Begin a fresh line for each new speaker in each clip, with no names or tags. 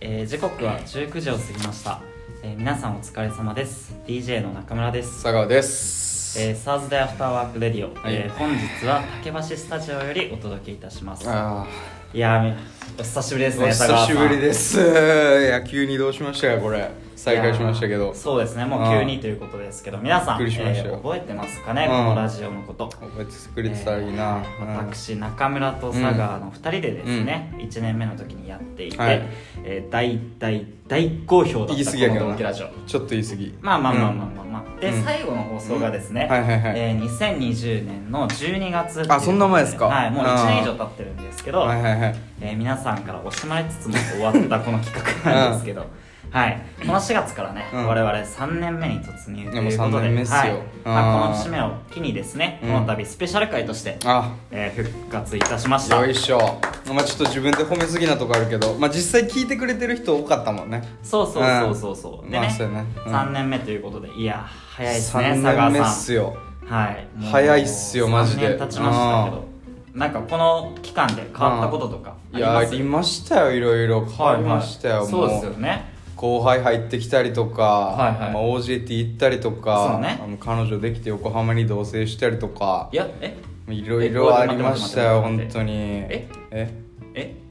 ー時刻は19時を過ぎました、えー皆さんお疲れ様です DJ の中村です
佐川です、
えー、サーズデーアフターワークレディオ、
はい
えー本日は竹橋スタジオよりお届けいたします
あ
いやーお久しぶりで
あ
す
お
ね
久しぶり
す
です野球にどうしましたかこれ再開しましたけど覚
そうですねもう急にということですけど皆さん、
びっくりしましたよ
ー覚えてますかね
う
こ
ん
のラジオのこと
えててくれてたらいいな、
え
うん
ー私中村と佐川の2人でですね、1年目の時にやっていて、
はい
えー大大大好評だっ
言い
た
過
こ
ぎやけ
の
ど
同
な
期ラジオ
ちょっと言い過ぎ
まあまあまあまあ
うん
まあまあ、で、
うん
最後の放送がですね、
はいはいはい
えー2020年の12月っていう
あそんな前ですか
はいもう
あー
1年以上経ってるんですけど、
はいはいはい
えー皆さんから惜しまれつつも終わったこの企画なんですけど、はいこの4月からね、
うん
我々3年目に突入というこ
でも
と
3
で
年目っすよ
はいまあ、こ
あ
の
ー
節目を機にですねこ
うん
の度スペシャル回として、
あ
えー復活いたしました
よいしょまあちょっと自分で褒めすぎなとこあるけどまあ実際聞いてくれてる人多かったもんね
そうそうそうそうそう、
うん
で
ま
ね,、
あそうやねうん
3年目ということでいや早いですね
3
佐川
年目っ
さん
すよ
はいもう
早いっすよマジで
3年経ちましたけどなんかこの期間で変わったこととかあ
い
り
や
ま
あ
す
りましたよいろいろ変わりましたよ、
はいはい
も
そうですよね
後輩入ってきたりとか、
いはい
まあ、OJT 行ったりと
そ
か、
うね
あの彼女できて横浜に同棲したりとか
いやえ
いろいろありましたよ
え待って
本
待って待って
当に
ええ
え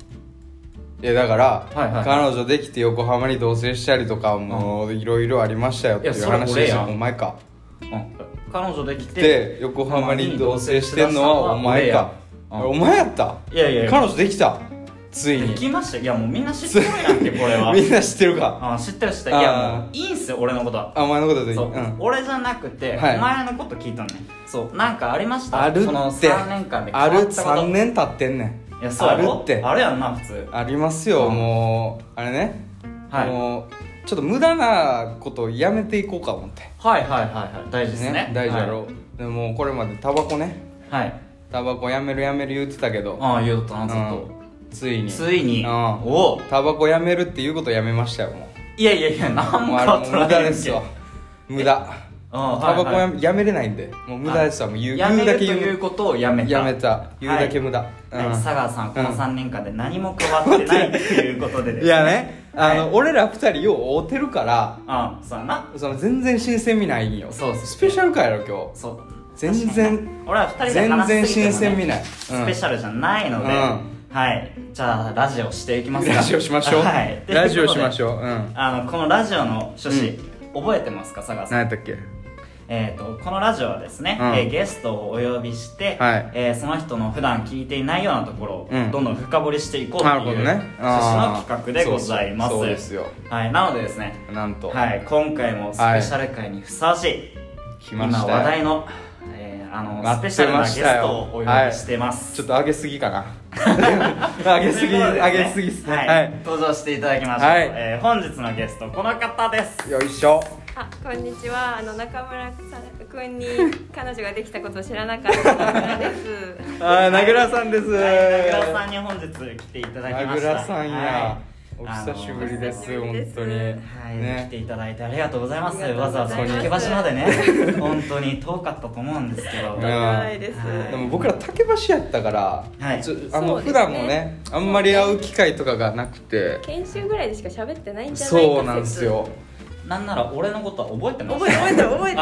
いやだから、
はいはい
彼女できて横浜に同棲したりとかもういろいろありましたよってい
いうやそれ
話
俺
でし
や
ょ
ん
お前か
うん彼女できて
で横浜に同棲してんのはお前か
俺やん
お前やった
いやいやいや
彼女できたつい
で
に
きましたいやもうみんな知ってるやんけこれは
みんな知ってるか
あ知ってる知ってるいや
あー
もういいんすよ俺のことは
あお前のことでいい
そう、
ん
俺じゃなくて、
はい
お前のこと聞いたのねそうなんかありました
あるって
その3年間で変わ
あ
っ
る
たこと
3年経ってんねん
いやそうや
ある
ろ
って
あれやんな普通
ありますよ、
うん
もうあれね、
はい
もうちょっと無駄なことをやめていこうか思って
はいはいはいはい大事ですね
大事やろ、でもこれまでタバコね
はい、はい、
タバコやめるやめる言ってたけど、
ああ言うとなずっ
う
と、
んついに
ついに、
うん
おお
タバコやめるっていうことやめましたよも
いやいやいや
う
何
も
も
う
変
あ
わ
れ
っと
もう
らな
無駄
いや
で
ん
す
け
わ無駄
うん
タバコや
はい
めやめれないんでもう無駄ですわ、もう言う
や
言
め
うだ
ると
け
い
言
う
う
ことをやめた
やめた言うだけ
はい
無駄、
はい
うん
佐川さんこの
うん
3年間で何も変わってないということでです、
いやねあの、
はい
俺ら二人よう会うてるから
あそうやな
その全然新鮮味ないんよ
そうそう
スペシャル回やろ今日
そう
全然
確かにね俺は2人で話しすぎても、ね、
全然新鮮味ないうん
スペシャルじゃないので、
うん
はいじゃあラジオしていきますか
ラジオしましょう、
はい、
ラジオしまし
ょう
ょううん
あのこのラジオの趣旨、覚えてますか佐川さん
何やったっけ
えー、とこのラジオはですね、
うん
えーゲストをお呼びして、
はい
えーその人の普段聞いていないようなところを
うん
どんどん深掘りしていこうという
なる
趣
ほど
旨
ね
の
あー
企画でございます
そうそうですよ
はい、なのでですね、
なんと、
はい、今回もスペシャル回にふさわしい、
来
今
ました
話
よ
題の,、えーあのスペシャ
待って
ルな
ま
ゲ
し
ス
たよ
トをお呼びしてます、
ちょっと上げすぎか な上げすぎ、
ということで
上げすぎっすね
はい
はい、
登場していただきましょう、
はい
えー本日のゲストこの方です
よいしょ
あ、こんにちは。あの中村さん君 に彼女ができたことを知らなかった中村です。
あー名倉さんです
はい、名倉さんに本日来ていただき
名
ました
倉さんや、
はい
お久しぶりです
あのー
本当に、
はい、来て
ね
いただいてありがとうございます
ありが
わざ
と
わ
う
ざ
ございます
竹橋までね 本当に遠かったと思うんですけど、
うん
とんでもないです。
はい
でも僕ら竹橋やったから、
はい
ちょあの、
そうですね
普段もねあんまり会う機会とかがなくて
研修ぐらいでしか喋ってないんじゃないか説
そうなんです。よ
なんなら俺のことは覚えてます
覚え覚えてる覚えてる。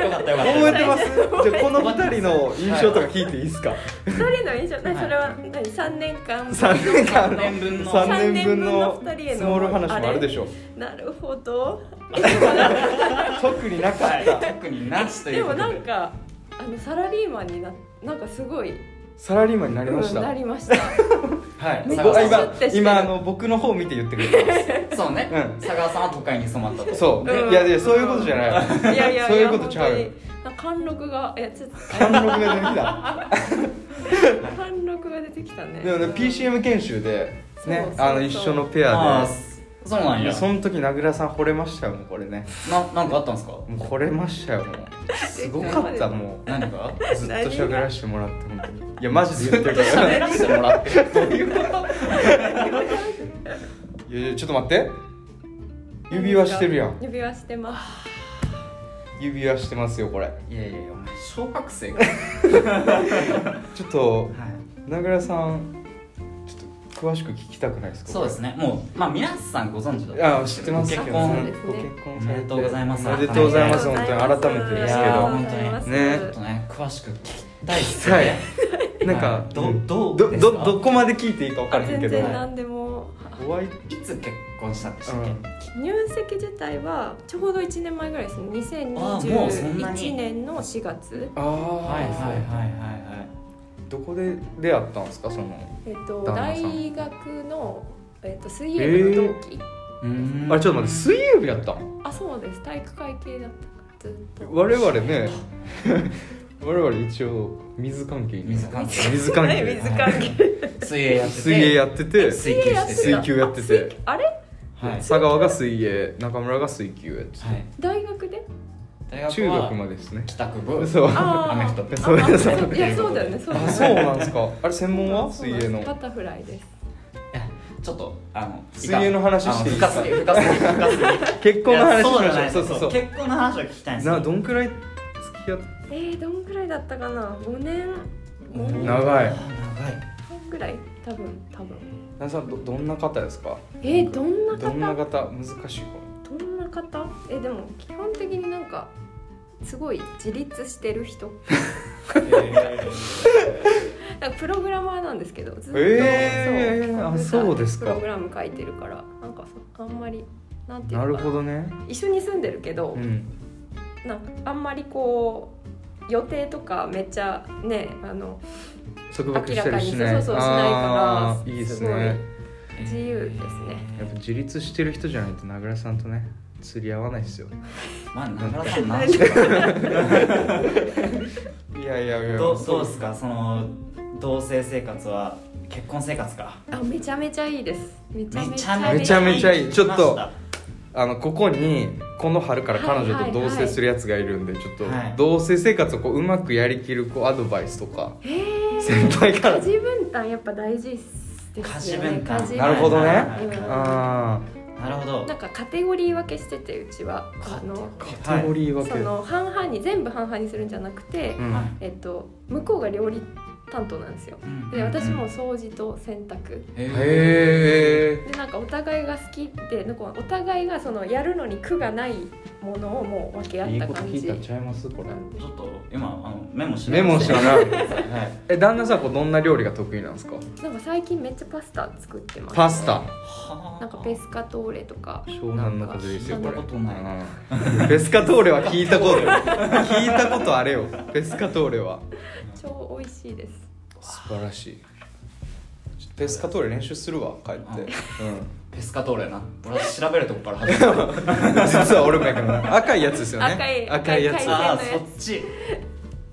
あよかったよかった
覚えてます
覚えてます
じゃあこの二人の印象とか聞いていいです か
二人の印象、なそれは何三年間。
3年間の
三年分の
3年分の
三年分の二人への
スモール話もあるでしょ
なるほど。
特になか
は
っ
い
た
特になしとい
で
うこ
も
とで
なんかあのサラリーマンにななんかすごい
サラリーマンになりまし
う
た、
んなりました。
はい
めっ
僕
ち
佐
ゃ
川
あ
さん
シ
今
ュッてしてる
今あの僕の方見て言ってくれてま
そうね、
うん
佐川さんは都会に染まったと
すそう、
うん
いやいやそういうことじゃない
いやい や
そういうことちゃうよ
本当に貫禄がいやちょっと
貫禄が出てきた
貫禄が出てきたね。
でもね
うん
PCM 研修で
そう
ね
そうそう
あの一緒のペ
あ
ア
あ
で
そうなん
い
や
やその時名倉さん惚れましたよもうこれね
ななんかあったんですか
もう惚れましたよもうすごかったもう
何か
ずっと喋らせてもらって本当に いやマジで言ってるから
喋らせてもらってるどういうこと
いやいやちょっと待って指輪してるやん
指輪してます
指輪してますよこれ
いやいやいやお前小学 生か、はい、
ちょっと名倉さんちょっと詳しく聞きたくないですか
そうですねもうまあ皆さんご存知だと
あ知ってます
結
けど
婚
そうですね
ご結婚さ
お
れて
めでとうございます
おめでとうございます
あり
本
がとうござ
当
い
に改め
ます
てですけ
いや
ど
ー本当に
ね
ちょっとね詳しく聞きたいですよ
はい
ね
なんか
どどう
ど
ですか
どどこまで聞いていいか分からへんけ
全
ど
然何でも
お会い
いつ結婚したんでしたっ
う
け
ん
入籍自体はちょうど1年前ぐらいですね
あーもうそんなに
2021年の4月
ああ
はいはいはいはいはい
どこで出会ったんですかその
えっと
旦那さん
大学のえっと水泳部の同期、
うーん
あれちょっと待って水泳部やったん
あそうです体育会系だったからずっと
我々ね 我々一応水関係に
水関係
水関係
水関係
水泳やってて
水泳やってて
水球してて
水球やってて
あ水球あれ
はい、
佐川が水泳中村が水球やってて
はい、
大学で
大学は
中学までですね
帰宅部
そう
あー
アメフト部
そうです
ああいやそうだよねそうだよ
あ
ね
そうなんですかあれ専門は
そう
水
なんです
泳の
バタフライです
ちょっとあの
水泳の話していい
あの深すぎ深すぎ深すぎ
結婚の
いや
話し
そうじゃ
ま
ない
しょうそうそうそう
結婚の話を聞きたいんですよ
などんくらい付き合っ
えー、どんくらいだったかな5年
お
5
ー
年
な長い
長い
半ぐらい多分多分
旦那さんどどんな方ですか
えー、どんな
どんな
方
方難しいか
どんな方えー、でも基本的になんかすごい自立してる人なんかプログラマーなんですけどずっと、
えーあ
そうコンピュータ
そうですか
プログラム書いてるからなんかそあんまりなんていう
なな
の
る
か
ほどね
一緒に住んでるけど、
うん
なんかあんまりこう予定とかめっちゃねあの
束縛
明
し
ら
た
か
り
に
し
そう
ない
そうそうしない
あ
か
ー
ら
いいです
ご
ね
自由ですね
やっぱ自立してる人じゃないと名倉さんとね釣り合わないですよ
まあ中村さんない
やいやいや
どうどうですかその同棲生活は結婚生活か
あめちゃめちゃいいですめちゃめ
めち
ち
ゃ
ゃいい
め
め
ち
ち
ゃ
ゃめちゃいいちょっと
聞きま
あのここにこの春から彼女と同棲するやつがいるんで、ちょっと、
はい
同棲生活をこううまくやりきるこうアドバイスとか
えー
先輩から
家事分担やっぱ大事
家
で
事
すよね
分担
家事
なるほどね
うん
あ
したなるほど
なんかカテゴリー分けしててうちはあの
あカテゴリー分け、
その半々に全部半々にするんじゃなくて、
うん
はい
えっと、向こうが料理担当なんですよ
うん
で私も掃除と洗濯
へえ
でなんかお互いが好きでなんかお互いがそのやるのに苦がないものをもう分け合
い
っ
い
た
こと
感
聞い
じ
たんちゃいますこれ
ちょっと今あのメモし
メモし
な
た
い
な
はい
え旦那さんこうどんな料理が得意なんですか
なんか最近めっちゃパスタ作ってます
パスタ
はあ
なんかペスカトーレとか
湘南の風ですよこ
そ
れ
んなことな
うんペスカトーレは聞いたこと聞いたことあれよペスカトーレは
超美味しいです
素晴らしいペスカトーレ練習するわ帰って、うん
ペスカトーレな俺は調べるとこから始 めた
実は俺もやけどな赤いやつですよね
赤い
やつ
赤い
ああそっち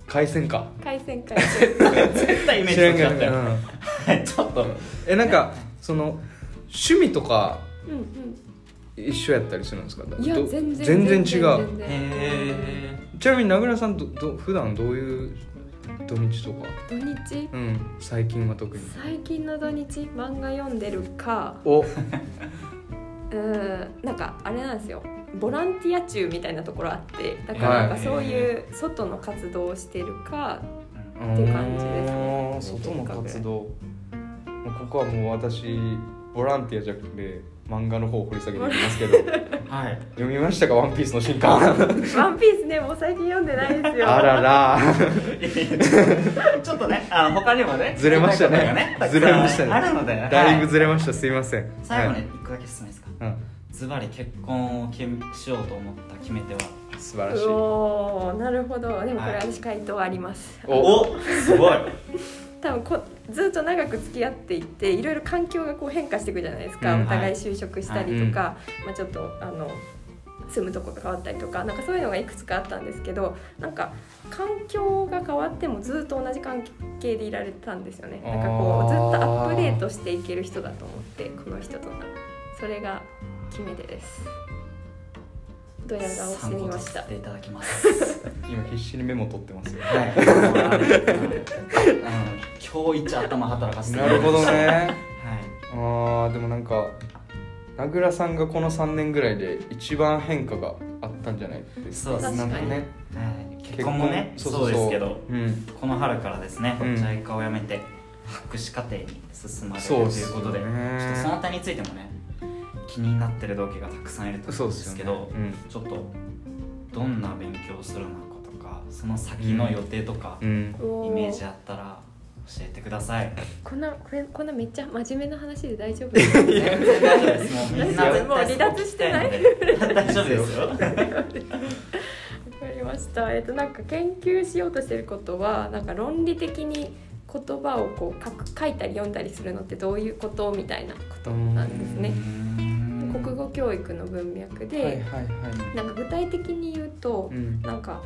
海鮮か
海 鮮海鮮
絶対イメージと違ったよ、
うん
はいちょっと
えなんかその趣味とか
うんうん
一緒やったりするんですか
いや
ど
全然
全然違う
全然
へ
ちなみに名倉さんどど普段どういう土日とか
土日
うん最近は特に
最近の土日漫画読んでるか
お
うーんなんかあれなんですよボランティア中みたいなところあってだからなん
は
か
い
そういう外の活動をしてるか、
って
いう感じです
ね外の活動もうここはもう私ボランティアじゃなくて漫画の方を掘り下げていきますけど
えはい
読みましたか「ワンピースの新 刊
ワンピースねもう最近読んでないですよ
あらら
ちょっとね、あの他にもね、
ずれましたね
やりいことが
ずれましたね
あるので、
だいぶ
は
ずれました、すいません
最後
はい
に一個だけ質問いいですか。
うん、
ズバリ結婚を決めしようと思った決め手は。
素晴らしいう
おーなるほどでもこ
は
れ
い
私回答あります
お
すごい。
多分こずっと長く付き合っていていろいろ環境がこう変化していくじゃないですか、
うん
お互い就職したりとか、まあ、ちょっとあの住むとこが変わったりとかなんかそういうのがいくつかあったんですけどなんか環境が変わってもずっと同じ関係でいられてたんですよねなんかこ
あー
うずっとアップデートしていける人だと思ってこの人となそれが決め手ですドヤ顔して
参
み
考
ま
と
し
さ
た
せていただき ます。
今必死にメモ取ってますよ
はい。あの今日一頭働かせて。
なるほど
はい。
ねあーでもなんか名倉さんがこの3年ぐらいで一番変化があったんじゃないです
そうですね
なんかね
はい結婚もね、そうですけど、
うん
この春からですね、
うん
ジャイカを辞めて。博士課程に進まれると
そうっす
い
ね
うことでちょっとその点についてもね気になってる同期がたくさんいると思うんですけど
そうっすよね
ちょっとどんな勉強をするのかとかその先の予定とか、
うん
おー
イメージあったら教えてくださ い。
こんなこれこんなめっちゃ真面目な話で大丈夫ですか
全然大丈夫です。もうみんな絶対
もう離脱してない
そう聞きたいので 大丈夫ですよ。
わかりました。えっとなんか研究しようとしてることはなんか論理的に言葉をこう書く書いたり読んだりするのってどういうことみたいなことなんですね。国語教育の文脈で、
はいはいはい
なんか具体的に言うと、
うん
なんか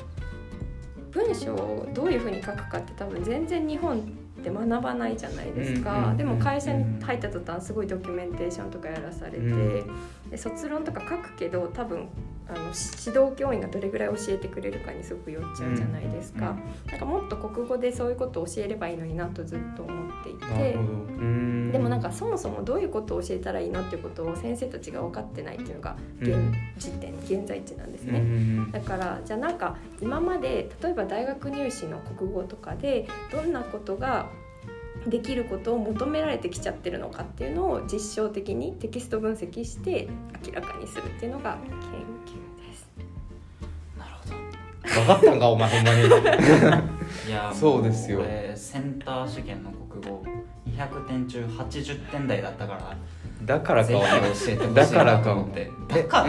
文章をどういうふうに書くかって多分全然日本って学ばないじゃないです
うんうん
か、
うん
でも会社に入った途端すごいドキュメンテーションとかやらされて、
うん
で卒論とか書くけど多分あのし指導教員がどれぐらい教えてくれるかにすごくよっちゃうじゃないですか、
うん
なんかもっと国語でそういうことを教えればいいのになとずっと思ってい
なる
て
ほどうん
でもなんかそもそもどういうことを教えたらいいのっていうことを先生たちが分かってないっていうのが現時点、現在地なんですね。
うん
だからじゃあなんか今まで例えば大学入試の国語とかでどんなことができることを求められてきちゃってるのかっていうのを実証的にテキスト分析して明らかにするっていうのが研究です。
なるほど。
分かったんかお前ほんまに
いやー
そうですよ
も俺センター試験の国語200点中80点台だったから。
だからか
ぜ
お前
ひ教えてほしいなと思って。
だ
だから。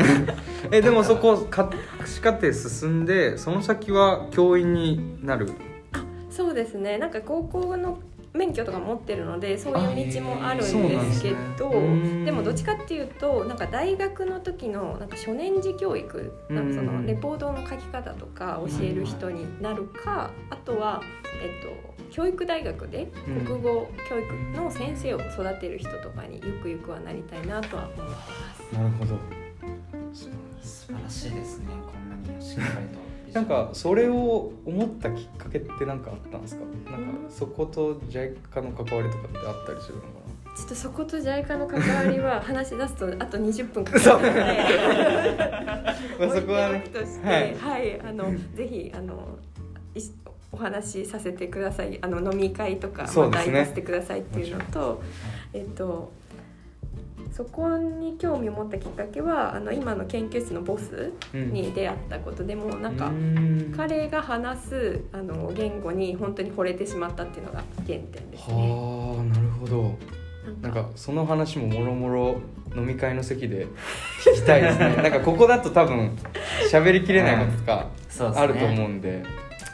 えでもそこか士課程進んでその先は教員になる
そうですねなんか高校の免許とか持ってるのでそういう道もあるん
あへー
ですけ
そうな
ど
んですねうん
でもどっちかっていうとなんか大学の時のなんか初年次教育なんかそ
うんうんう
の
ん
レポートの書き方とか教える人になるかあとは、えっと、教育大学で
うん
国語教育の先生を育てる人とかにゆくゆくはなりたいなとは思ってます。
なるほど
素晴らしいですね。こんなにしっかりと。
なんかそれを思ったきっかけって何かあったんですかなんかそことジャイカの関わりとかってあったりするのか
ちょっとそことジャイカの関わりは話し出すとあと20分かかるの で。
な、まあ、そこはね
置いておくとして、
は
はいい、あの、ぜひ、あの。いしお話しさせてください、あの飲み会とか、
そうで
また
すね
行かせてくださいっていうのと。えっと。そこに興味を持ったきっかけはあの今の研究室のボス
うん
に出会ったことでもうなんか
うん
彼が話すあの言語に本当に惚れてしまったっていうのが原点ですね。
はあなるほどなんかその話ももろもろ飲み会の席で聞きたいです ねなんかここだと多分喋りきれないこととか
そうですね
あると思うんで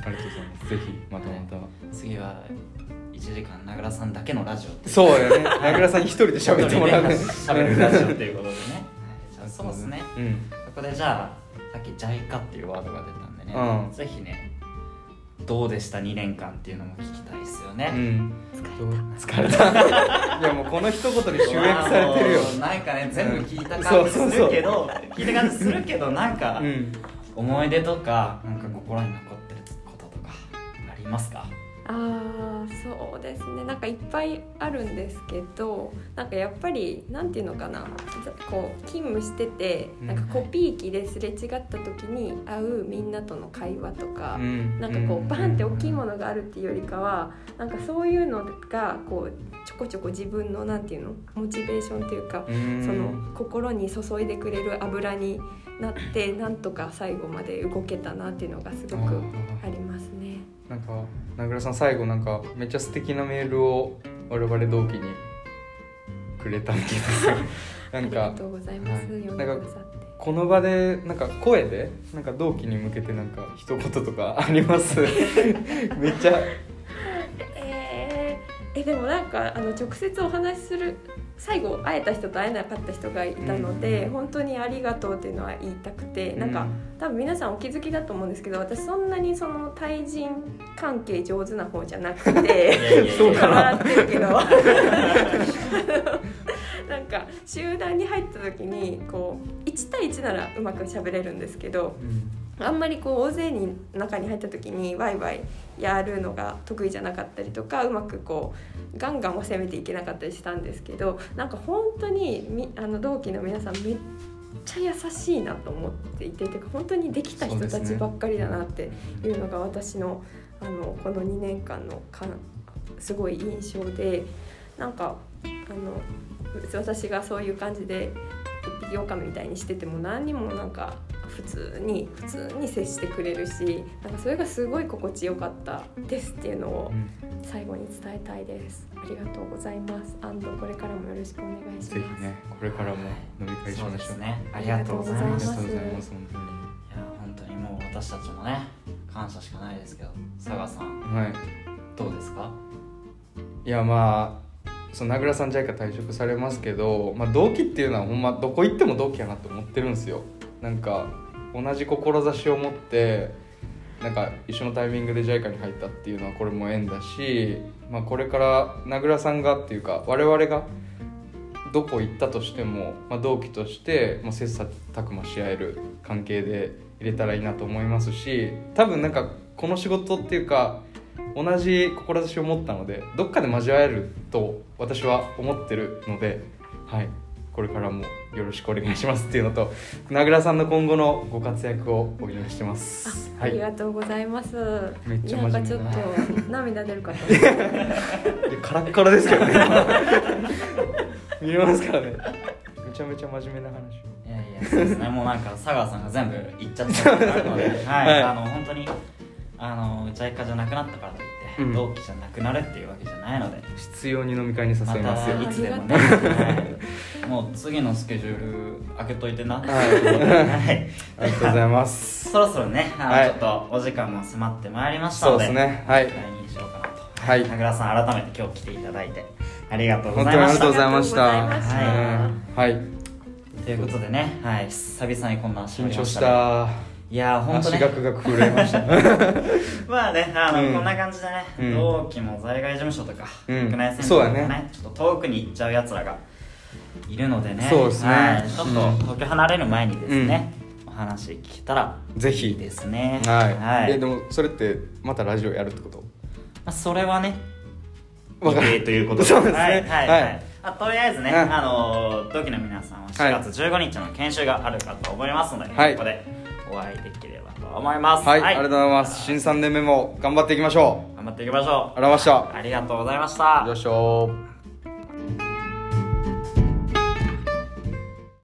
ありがとうございますぜひまたまた
次は1時間名倉さんだけのラジオって
そうだよね名倉さんに一人で喋ってもらう
喋るラジオっていうことでね、は いじゃあそうですね
うん
そこでじゃあさっき「ジャイカ」っていうワードが出たんでね、
うん
ぜひねどうでした2年間っていうのも聞きたいですよ
う
ね、
ん
疲れた
いやもうこの一言で集約されてるよ
あのなんかね全部聞いた感じするけど、聞いた感じするけどなんか、
うん
思い出とかなんか心に残ってることとかありますか
あーそうですねなんかいっぱいあるんですけどなんかやっぱりなんていうのかなこう勤務してて
うん
なんかコピー機ですれ違った時に会うみんなとの会話とか、なんかこうバンって大きいものがあるっていうよりかはなんかそういうのがこうちょこちょこ自分のなんていうのモチベーションというか
うん
その心に注いでくれる油になってなんとか最後まで動けたなっていうのがすごくありますね。
なんか名倉さん最後なんかめっちゃ素敵なメールを我々同期にくれたんですよなん
あ り
か
がとうございます。
はい
呼んでくださって。
この場でなんか声でなんか同期に向けてなんか一言とかあります めっちゃ
えーえでもなんかあの直接お話しする最後会えた人と会えなかった人がいたので、
うん
本当にありがとうっていうのは言いたくて、なんか多分皆さんお気づきだと思うんですけど私そんなにその対人関係上手な方じゃなくて。
そうかな
笑ってるけどなんか集団に入った時にこう1対1ならうまく喋れるんですけど
うん
あんまりこう大勢に中に入った時にワイワイやるのが得意じゃなかったりとかうまくこうガンガンは攻めていけなかったりしたんですけどなんか本当にみあの同期の皆さんめっちゃ優しいなと思っていててか本当にできた人
そう
た
です
ち
ね
ばっかりだなっていうのが私のあのこの2年間の感すごい印象でなんかあの別に私がそういう感じで一匹狼みたいにしてても何にもなんか普通に普通に接してくれるしなんかそれがすごい心地よかったですっていうのを
うん
最後に伝えたいですありがとうございますアンドこれからもよろしくお願いします
ぜひねこれからも飲み会し
そう
ま
で
しょ
す
う
ねありがとうござい
あ
ま
り
し
が
たい
とう
や
ございます本当
本当にもう私たちもね感謝しかないですけど佐賀さん
にはい
どうですか
いやまあその名倉さんじゃいか退職されますけど、まあ、同期っていうのはほんまどこ行っても同期やなと思ってるんですよなんか同じ志を持ってなんか一緒のタイミングで JICA に入ったっていうのはこれも縁だし、まあ、これから名倉さんがっていうか我々がどこ行ったとしても、まあ、同期として、まあ、切磋琢磨し合える関係で入れたらいいなと思いますし多分なんかこの仕事っていうか同じ志を持ったのでどっかで交わえると私は思ってるので、はい、これからもよろしくお願いしますっていうのと名倉さんの今後のご活躍をお祈りしてます。
あ
は
り
い、
がとうございます、
めっちゃ
な
真
んか
面目
ちょ
だ
っ
な
と涙出るかと思った
でカラッカラですけどね 見れますからねめちゃめちゃ真面目な話
いやいやそうですね もうなんか佐川さんが全部言っちゃったことになるの で、はい
はい
あの本当にあのうちゃいかじゃなくなったからといって、
うん
同期じゃなくなるっていうわけじゃないので
必要に飲み会に誘い
ま
ますよ
たいつでもね、
あ
はい、もう次のスケジュール開けといてな、はい
ありがとうございます
そろそろねあの、
はい
ちょっとお時間も迫ってまいりました
そ
の
う
で
ですねはい
これにしようかなと
はい
名倉さん改めて今日来ていただいてありがとうご
本当
ざ
に
いま
あり
し
がと
た
うございました
ありがとうご
ざいま
はい、
ということでね、はい、久々にこんな
緊張し
ね
た
いやー本当
足
ね
ガクガク震えました
まあね、あの、
うん
こんな感じでね、
うん
同期も在外事務所とか、
うん
国内選手とか
そうだ
ね
ね、
ちょっと遠くに行っちゃうやつらがいるのでね、
そうですね
はいちょっと
うん
東京離れる前にですね、お話聞けたら
ぜ
いい
ひ
ですね。
はい、
はい。
えでもそれってまたラジオやるってこと
まあ、それはね、
わかる
未定ということで。
そうですね
はい、はい、
は
はいい。あとりあえずね、
うん
あのー同期の皆さんは4月15日の研修があるかと思いますので、
はい
ここでお会いできればと思います。
はい、ありがとうございます新3年目も頑張っていきましょ
頑張っていきましょ
うあらました
う。ありがとうございまし
よ
た
い。しょ